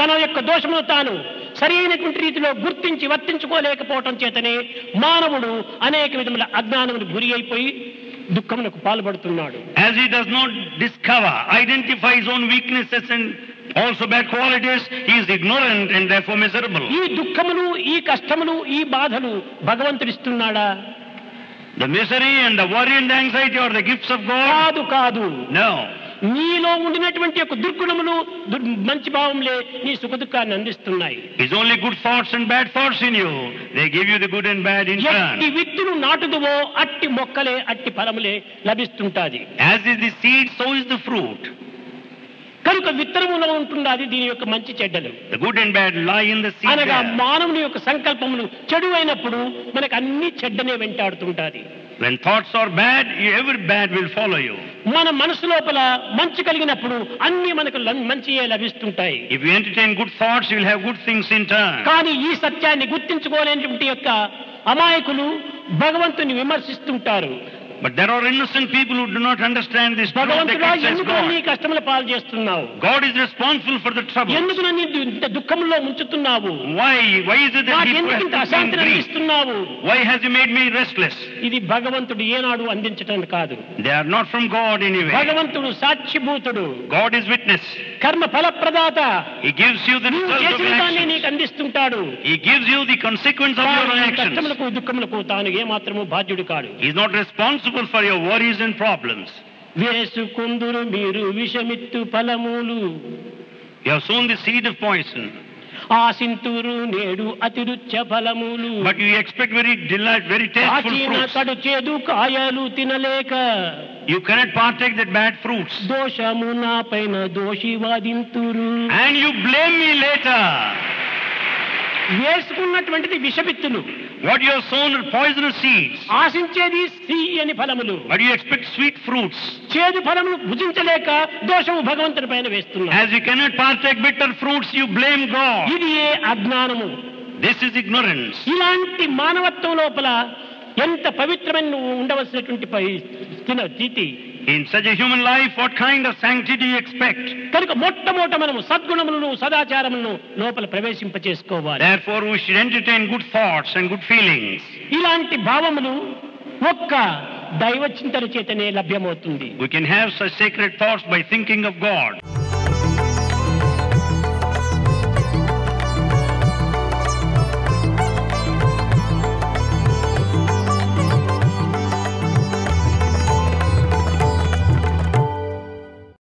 తన యొక్క దోషమును తాను సరైనటువంటి రీతిలో గుర్తించి వర్తించుకోలేకపోవటం చేతనే మానవుడు అనేక విధముల అజ్ఞానమును గురి అయిపోయి దుఃఖమునకు పాల్పడుతున్నాడు As he does not discover, identify his own weaknesses and also bad qualities, he is ignorant and therefore miserable. ఈ దుఃఖములు ఈ కష్టములు ఈ బాధలు భగవంతుడిస్తున్నాడా The misery and the worry and the anxiety are the gifts of God? కాదు కాదు No. నీలో ఉండినటువంటి యొక్క దుర్గుణములు దుర్- మంచి భావంలే నీ సుఖదుఖాన్ని అందిస్తున్నాయి It's only good thoughts and bad thoughts in you. They give you the good and bad in ఎట్టి turn. విత్తును నాటుదువో అట్టి మొక్కలే అట్టి ఫలములే లభిస్తుంటాది As is the seed, so is the fruit. కనుక విత్తనములో ఉంటున్నది దీని యొక్క మంచి చెడ్డలు The good and bad lie in the seed. అనగా there. మానవుని యొక్క సంకల్పములు చెడు అయినప్పుడు మనకు అన్ని చెడ్డనే వెంటాడుతుంటాది When thoughts are bad, every bad will follow you. మన మనసు లోపల మంచి కలిగినప్పుడు అన్ని మనకు లం- మంచియే లభిస్తుంటాయి If you entertain good thoughts, you will have good things in turn. కానీ ఈ సత్యాన్ని గుర్తించుకోలేనటువంటి యొక్క అమాయకులు భగవంతుని విమర్శిస్తుంటారు But there are innocent people who do not understand this. truth. They భగవంతుడా criticize ఎందుకు God. నీ కష్టముల పాలు చేస్తున్నావు God is responsible for the trouble. ఎందుకు నన్ను ఇంత- ఇంత దుఃఖంలో ముంచుతున్నావు Why? Why is it that నాకు He ఎందుకు ఇంత has me in అశాంతిని grief? అందిస్తున్నావు Why has He made me restless? ఇది భగవంతుడు ఏనాడు అందించటం కాదు They are not from God anyway. భగవంతుడు సాక్షిభూతుడు God is witness. కర్మ ఫలప్రదాత He gives you the నువ్వు result of చేసిన your దాన్ని action. నీకు అందిస్తుంటాడు He gives you the consequence of తాను your నీ actions. కష్టములకు దుఃఖములకు తాను ఏమాత్రము బాధ్యుడు కాడు He's not responsible for your worries and problems. వేసుకుందురు మీరు విషమిత్తు ఫలములు You have sown the seed of poison, ఆశింతురు నేడు అతిరుచ్చ ఫలములు but you expect very delight, very tasteful ఆచీన fruits. కడు చేదు కాయలు తినలేక You cannot partake that bad fruits. దోషము నా పైన దోషి వాదింతురు And you blame me later. వేసుకున్నటువంటిది విషమిత్తులు What you have sown are poisonous seeds, ఆశించేది అని ఫలములు but you expect sweet fruits. చేదు ఫలములు భుజించలేక దోషము భగవంతుని పైన వేస్తున్నా As you cannot partake bitter fruits, you blame God. ఇది ఏ అజ్ఞానము This is ignorance. ఇలాంటి మానవత్వం లోపల ఎంత పవిత్రమైన నువ్వు ఉండవలసినటువంటి పరి- స్థిన- స్థితి In such a human life, what kind of sanctity you expect? కనుక మొట్టమొదట మనము సద్గుణములను సదాచారములను లోపల ప్రవేశింపచేసుకోవాలి Therefore, we should entertain good thoughts and good feelings. ఇలాంటి భావములు ఒక్క దైవ చింతన చేతనే లభ్యమవుతుంది We can have such sacred thoughts by thinking of God.